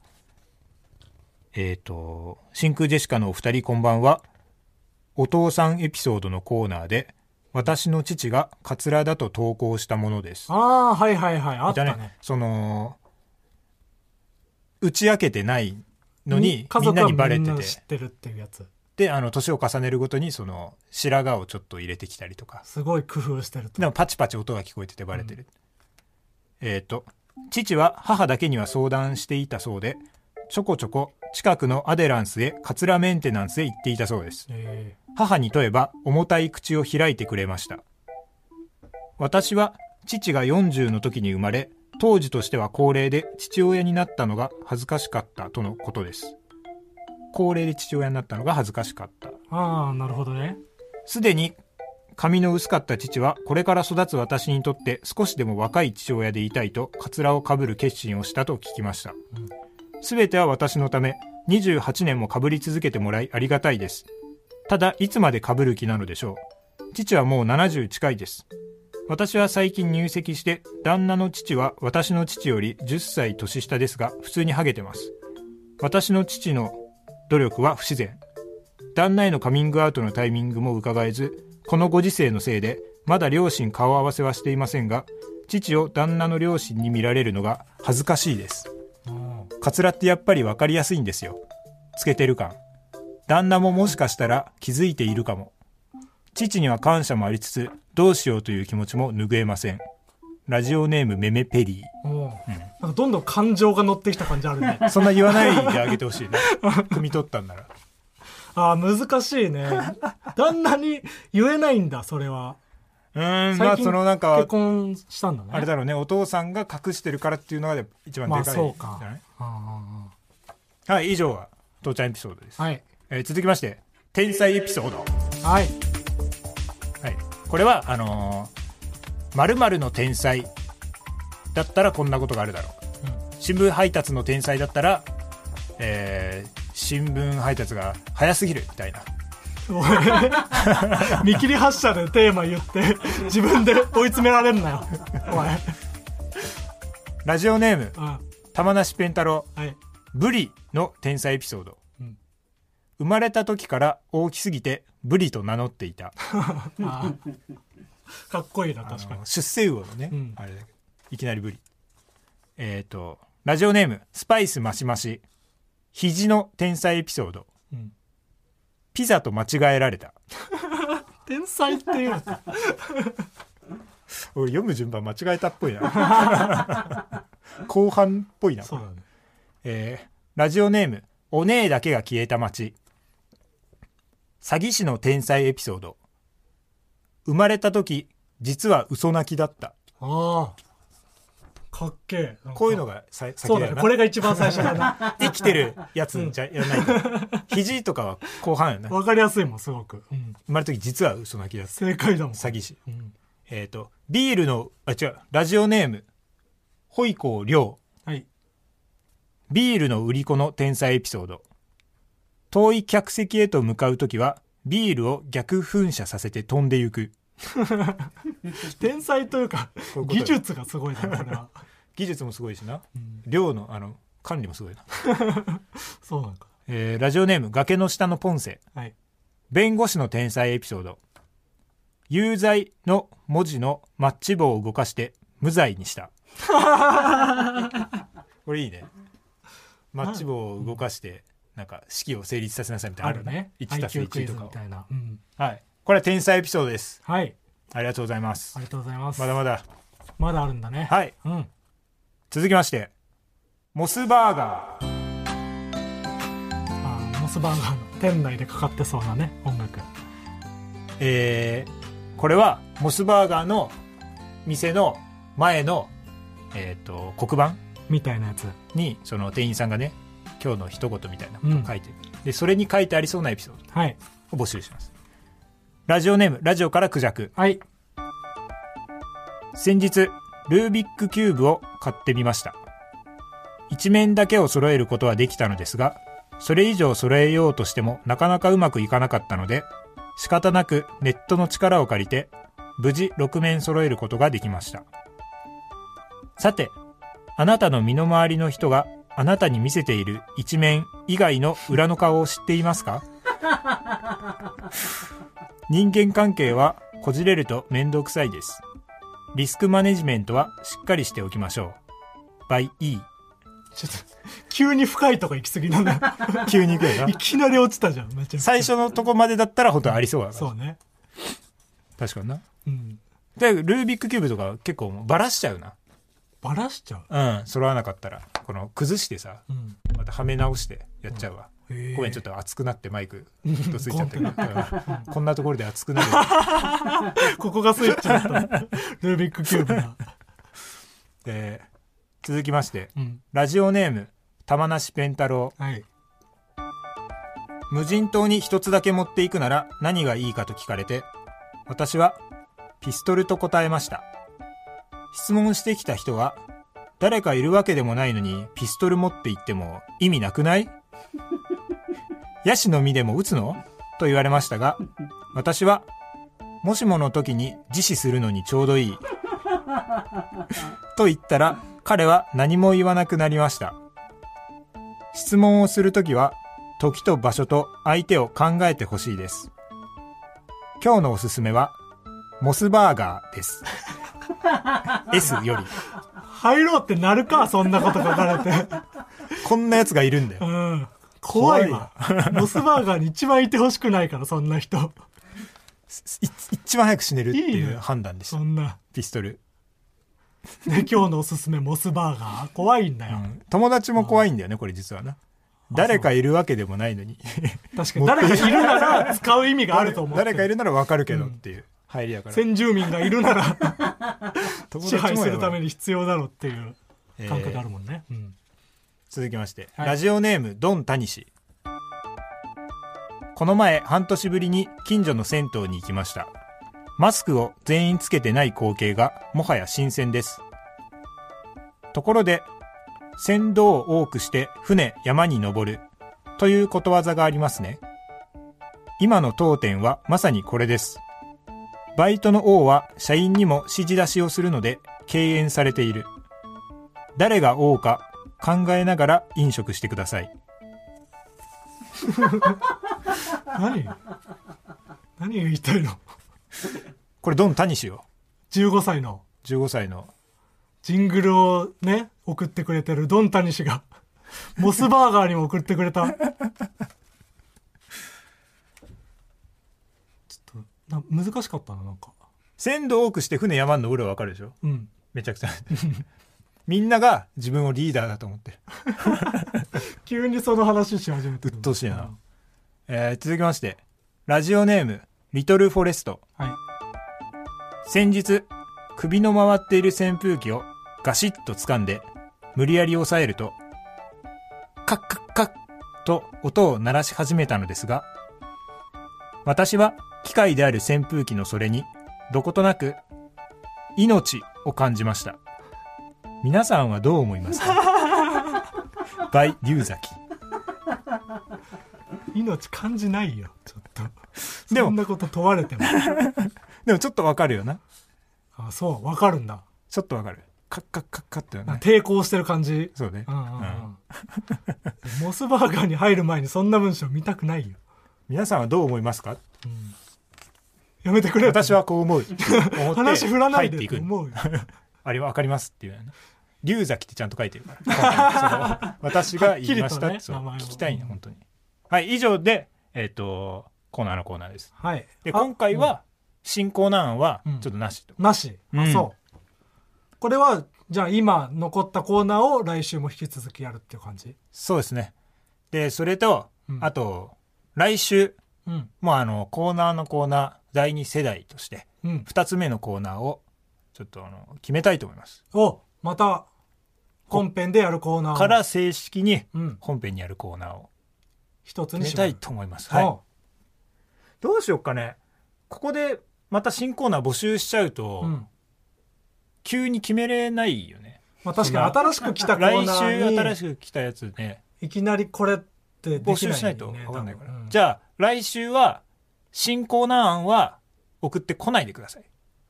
S3: えー、と、真空ジェシカのお二人こんばんは。お父さんエピソードのコーナーで、私の父がカツラだと投稿したものです。
S2: ああ、はいはいはい、あった
S3: い
S2: ね。
S3: その、打ち明けてないのに、
S2: 家
S3: みん
S2: 族
S3: な
S2: は
S3: にバレ
S2: み
S3: て
S2: んな
S3: て。
S2: 知ってるっていうやつ。
S3: で、あの、年を重ねるごとに、その、白髪をちょっと入れてきたりとか。
S2: すごい工夫してると。
S3: でもパチパチ音が聞こえててバレてる、えっ、と父は母だけには相談していたそうでちょこちょこ近くのアデランスへカツラメンテナンスへ行っていたそうです
S2: え
S3: 母に問えば重たい口を開いてくれました私は父が40の時に生まれ当時としては高齢で父親になったのが恥ずかしかったとのことです高齢で父親になったのが恥ずかしかった
S2: ー、ああ、なるほどね。
S3: すでに髪の薄かった父はこれから育つ私にとって少しでも若い父親でいたいとカツラをかぶる決心をしたと聞きましたすべては私のため28年もかぶり続けてもらいありがたいですただいつまでかぶる気なのでしょう父はもう70近いです私は最近入籍して旦那の父は私の父より10歳年下ですが普通にハゲてます私の父の努力は不自然旦那へのカミングアウトのタイミングも伺えずこのご時世のせいでまだ両親顔合わせはしていませんが父を旦那の両親に見られるのが恥ずかしいですカツラってやっぱり分かりやすいんですよつけてる感旦那ももしかしたら気づいているかも父には感謝もありつつどうしようという気持ちも拭えませんラジオネームメメペリ
S2: おうなんかどんどん感情が乗ってきた感じある ね
S3: ーそんな言わないであげてほし いね汲み取ったんなら
S2: ああ難しいね旦那に言えないんだそれは
S3: うーんま
S2: 最
S3: あ
S2: 近
S3: そのなん
S2: 結
S3: か
S2: 婚したんだね
S3: あれだろうねお父さんが隠してるからっていうのが一番
S2: ま
S3: でかい
S2: あ
S3: んじゃ
S2: そうか
S3: な
S2: うんう
S3: い、
S2: んうん
S3: はい以上は父ちゃんエピソードです、
S2: はい
S3: えー続きまして天才エピソード、は
S2: はい
S3: い、これはあのー、○○の天才だったらこんなことがあるだろう、新聞配達の天才だったら、えー新聞配達が早すぎるみたいな
S2: おい 見切り発車でテーマ言って自分で追い詰められんなよおい、
S3: ラジオネーム
S2: うん、は
S3: 玉梨ペンタロウ
S2: い
S3: ブリの天才エピソード、
S2: うん
S3: 生まれた時から大きすぎてブリと名乗っていた
S2: あーかっこいいな確か
S3: あ
S2: に
S3: の出世魚のね、
S2: うん
S3: あれだけどいきなりブリえっ、とラジオネームスパイスマシマシ肘の天才エピソード、
S2: うん
S3: ピザと間違えられた
S2: 天才っていうか
S3: 俺読む順番間違えたっぽいな 後半っぽいな
S2: そうだね
S3: えーラジオネームお姉だけが消えた街詐欺師の天才エピソード生まれた時実は嘘泣きだった
S2: ああかっけえなんか
S3: こういうのがさ先
S2: そう
S3: だ
S2: だ
S3: よ
S2: ね
S3: な
S2: これが一番最初だな
S3: 生きてるやつじゃやらないと肘とかは後半よね生
S2: わかりやすいもんすごく、うん
S3: まれた時実は嘘泣きだった
S2: 正解だもん
S3: 詐欺師
S2: うん
S3: えっ、とビールのあ違うラジオネームホイコーリョウ
S2: はい
S3: ビールの売り子の天才エピソード遠い客席へと向かう時はビールを逆噴射させて飛んでゆく
S2: 天才というか
S3: こういうこと
S2: 技術がすごいなこれ は、
S3: 技術もすごいしな
S2: うん
S3: 量のあの管理もすごいな、
S2: そうなんか
S3: えーラジオネーム崖の下のポンセ
S2: はい
S3: 弁護士の天才エピソード有罪の文字のマッチ棒を動かして無罪にした これいいねマッチ棒を動かしてなんか式を成立させなさいみたいな
S2: あ
S3: の
S2: るね
S3: 1たす
S2: IQ クイ
S3: 1
S2: ズ
S3: と
S2: み
S3: かを
S2: たいな、うん
S3: はいこれは天才エピソードです
S2: はい
S3: ありがとうございます
S2: ありがとうございます
S3: まだまだ
S2: まだあるんだね
S3: はい
S2: うん
S3: 続きましてモスバーガー
S2: あーモスバーガーの店内でかかってそうなね音楽
S3: えーこれはモスバーガーの店の前のえっ、と黒板
S2: みたいなやつ
S3: にその店員さんがね今日の一言みたいな
S2: うん
S3: 書いてる、でそれに書いてありそうなエピソー
S2: はい
S3: ドを募集しますラジオネームラジオからクジャク
S2: はい
S3: 先日ルービックキューブを買ってみました一面だけを揃えることはできたのですがそれ以上揃えようとしてもなかなかうまくいかなかったので仕方なくネットの力を借りて無事6面揃えることができましたさてあなたの身の回りの人があなたに見せている一面以外の裏の顔を知っていますか人間関係はこじれると面倒くさいですリスクマネジメントはしっかりしておきましょう。by E。
S2: ちょっと急に深いとこ行き過ぎなんだ よ。
S3: 急に行く よない
S2: きなり落ちたじゃんめちゃくちゃ
S3: 最初のとこまでだったら本当ありそうだな
S2: そうね
S3: 確かにな。
S2: うん
S3: で、ルービックキューブとか結構もうバラしちゃう
S2: バラしちゃう
S3: な。うん。揃わなかったら。この崩してさ、
S2: うん
S3: またはめ直してやっちゃうわ。
S2: へえ
S3: ごめん、ちょっと熱くなってマイク、とついちゃってる。うんこんなところで熱くなる。
S2: ここがスイッチだったのルービックキューブが、
S3: えー続きまして、
S2: うん、
S3: ラジオネーム、玉梨ペンタロウ。
S2: はい
S3: 無人島に一つだけ持っていくなら何がいいかと聞かれて私はピストルと答えました質問してきた人は誰かいるわけでもないのにピストル持って行っても意味なくない ヤシの実でも撃つのと言われましたが私はもしもの時に自死するのにちょうどいい と言ったら彼は何も言わなくなりました質問をするときは時と場所と相手を考えてほしいです今日のおすすめはモスバーガーです S より
S2: 入ろうってなる か、そんなこと書かれて。
S3: こんなやつがいるんだよ
S2: うん。怖いわ。モスバーガーに一番いてほしくないから、そんな 人。
S3: い一番早く死ねるって
S2: いい
S3: いう
S2: ね
S3: 判断でした
S2: そんな。
S3: ピストル、
S2: で、今日のおすすめ、モスバーガー。怖いんだ
S3: う
S2: よ。
S3: ん友達も怖いんだよねこれ実はな誰かいるわけでもないのに
S2: 確かに、誰かいるなら使う意味があると思う。
S3: 誰かいるならわかるけどっていう入りやから
S2: 先住民がいるな ら
S3: 友
S2: 支
S3: 達もやばい
S2: 配するために必要だろうっていう感覚あるもんね。うん
S3: 続きまして、
S2: はい
S3: ラジオネームドン・タニシこの前半年ぶりに近所の銭湯に行きましたマスクを全員つけてない光景がもはや新鮮ですところで船頭を多くして船山に登るということわざがありますね今の当店はまさにこれですバイトの王は社員にも指示出しをするので敬遠されている誰が王か考えながら飲食してください
S2: 何何が言いたいの
S3: これドン・タニシよ
S2: ?15 歳の
S3: 15歳の
S2: ジングルをね、送ってくれてるドンタニシ が、モスバーガーにも送ってくれた。ちょっとな難しかったな、なんか。
S3: 鮮度多くして船山に登るは分かるでしょ
S2: うん。
S3: めちゃくちゃみんなが自分をリーダーだと思ってる
S2: 急にその話し始めて
S3: 鬱陶しいな、えー続きましてラジオネームリトルフォレスト
S2: はい。
S3: 先日首の回っている扇風機をガシッと掴んで無理やり押さえるとカッカッカッと音を鳴らし始めたのですが私は機械である扇風機のそれにどことなく命を感じました皆さんはどう思いますかバイ龍崎
S2: 命感じないよ、ちょっと。
S3: でも
S2: そんなこと問われ ても。
S3: でもちょっとわかるよな
S2: あ、そう、わかるんだ。
S3: ちょっとわかるカッカッカッカッって
S2: なん
S3: ね
S2: か抵抗してる感じ。
S3: そうね、
S2: うんうんう
S3: うん
S2: ん。モスバーガーに入る前にそんな文章見たくないよ。
S3: 皆さんはどう思いますか
S2: やめてくれよ。
S3: 私はこう思う思って
S2: 話振らない
S3: 入って
S2: で
S3: い
S2: と
S3: く
S2: 思うよ。
S3: あれは分かりますっていうね龍崎ってちゃんと書いてるからその私が言いました っ
S2: はってきり
S3: そ
S2: とね名
S3: う
S2: 前を
S3: 聞きたいね本当にはい以上でえっ、とコーナーのコーナーです
S2: はい。
S3: で
S2: あ
S3: 今回、は新コーナー案は
S2: うん
S3: ちょっとなしと、
S2: うんなし。
S3: う
S2: あ、
S3: ん
S2: そう。これは、じゃあ今残ったコーナーを来週も引き続きやるっていう感じ
S3: そうですねでそれと、
S2: うん
S3: あと来週
S2: うん。
S3: もうあのコーナーのコーナー第2世代として
S2: うん。
S3: 2つ目のコーナーをちょっとあの決めたいと思います
S2: お、また、本編でやるコーナーを
S3: から、正式に
S2: うん。
S3: 本編にあるコーナーを
S2: 一つ
S3: 決
S2: に
S3: め
S2: した
S3: いと思いますはい
S2: お
S3: どうしようかねここでまた新コーナー募集しちゃうと、
S2: うん。
S3: 急に決めれないよね
S2: まあ確かに新しく来たコー
S3: 来
S2: ナ
S3: 週
S2: ーに。
S3: 新しく来たやつね
S2: いきなりこれってできない、ね、
S3: 募集しないと分かんないから、じ
S2: ゃ
S3: ゃあ来週は新コーナー案は送ってこないでください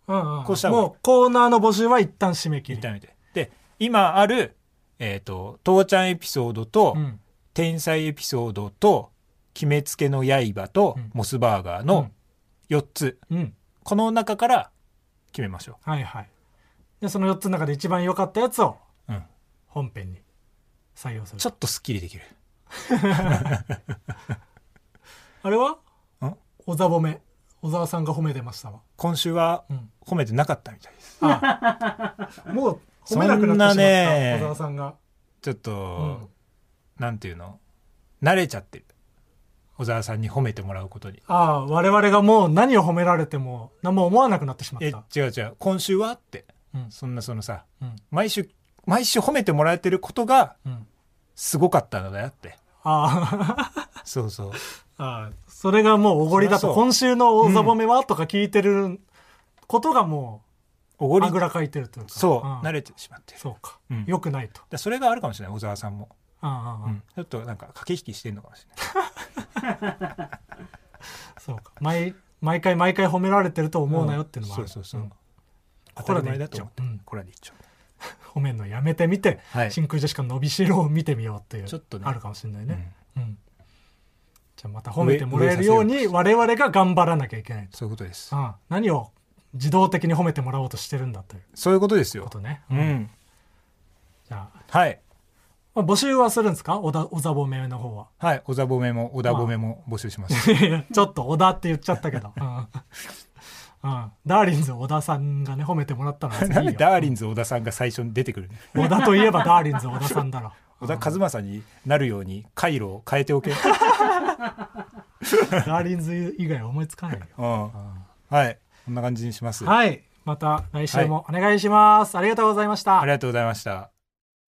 S2: あ、うんうん
S3: こうした方が
S2: もうコーナーの募集は一旦締め切り
S3: 一。旦見てで今あるえっ、と父ちゃんエピソードと、
S2: うん。
S3: 天才エピソードと決めつけの刃と、
S2: うん
S3: モスバーガー
S2: う
S3: の
S2: ん
S3: 4つ、
S2: うん。
S3: この中から決めましょ
S2: はいはい。で、その4つの中で一番良かったやつを
S3: う、うん、
S2: 本編に採用する。
S3: ちょっとスッキリできる
S2: あれは
S3: ん
S2: 小沢褒め。小沢さんが褒めてましたわ。
S3: 今週は
S2: うん
S3: 褒めてなかったみたいです、
S2: もう褒めなくなってしまった。
S3: そんなね
S2: 小沢さんが。
S3: ちょっと、
S2: うん
S3: なんていうの慣れちゃってる小沢さんに褒めてもらうことに
S2: ああ、我々がもう何を褒められても何も思わなくなってしまっ
S3: え
S2: た。
S3: 違う違う今週はって
S2: うん。
S3: そんなそのさ
S2: うん。
S3: 毎週毎週褒めてもらえてることが
S2: うん。
S3: すごかったのだよって
S2: ああ。
S3: そうそう
S2: あーそれがもうおごりだ
S3: そ
S2: と、
S3: りゃそう
S2: 今週の大ざぼめは、とか聞いてることがも
S3: お
S2: う、
S3: ごり
S2: あぐらかいてるというか。
S3: そう、
S2: ん
S3: 慣れてしまってる
S2: そうか
S3: うん。
S2: 良、くないと。
S3: でそれがあるかもしれない小沢さんも、
S2: うんうんう
S3: うんんちょっとなんか駆け引きしてんのかもしれない
S2: そうか。毎、毎回毎回褒められてると思うなよっていうのもある。
S3: そうそうそう、
S2: ん
S3: 当たり前だと思って
S2: うん
S3: これでいっちゃう
S2: 褒めるのやめてみて、
S3: はい
S2: 真空ジェシカの伸びしろを見てみようっていう。
S3: ちょっとね
S2: あるかもしれないね。うんじゃあまた
S3: 上
S2: 褒めてもらえるよう
S3: 上させ
S2: に
S3: よう
S2: 我々が頑張らなきゃいけないと。
S3: そういうことです
S2: うん何を自動的に褒めてもらおうとしてるんだという
S3: そういうことですよ
S2: ことね。
S3: うん、
S2: じゃあ、
S3: はい
S2: まあ募集はするんですかおだ、おざぼめの方は。
S3: はい小沢褒めも小田褒めも募集します、
S2: いやちょっと小田って言っちゃったけ ど。うん。うんダーリンズ小田さんがね、褒めてもらったのは別にいい
S3: な
S2: よ
S3: んでダーリンズ小田さんが最初に出てくる、
S2: 小田といえばダーリンズ小田さんだろ。
S3: 小田和正になるように回路を変えて おけ、う
S2: ダーリンズ以外思いつか ないよ。
S3: ん、はいこんな感じにします、
S2: はい。また来週もお願いします。ありがとうございました
S3: あり。がとうございました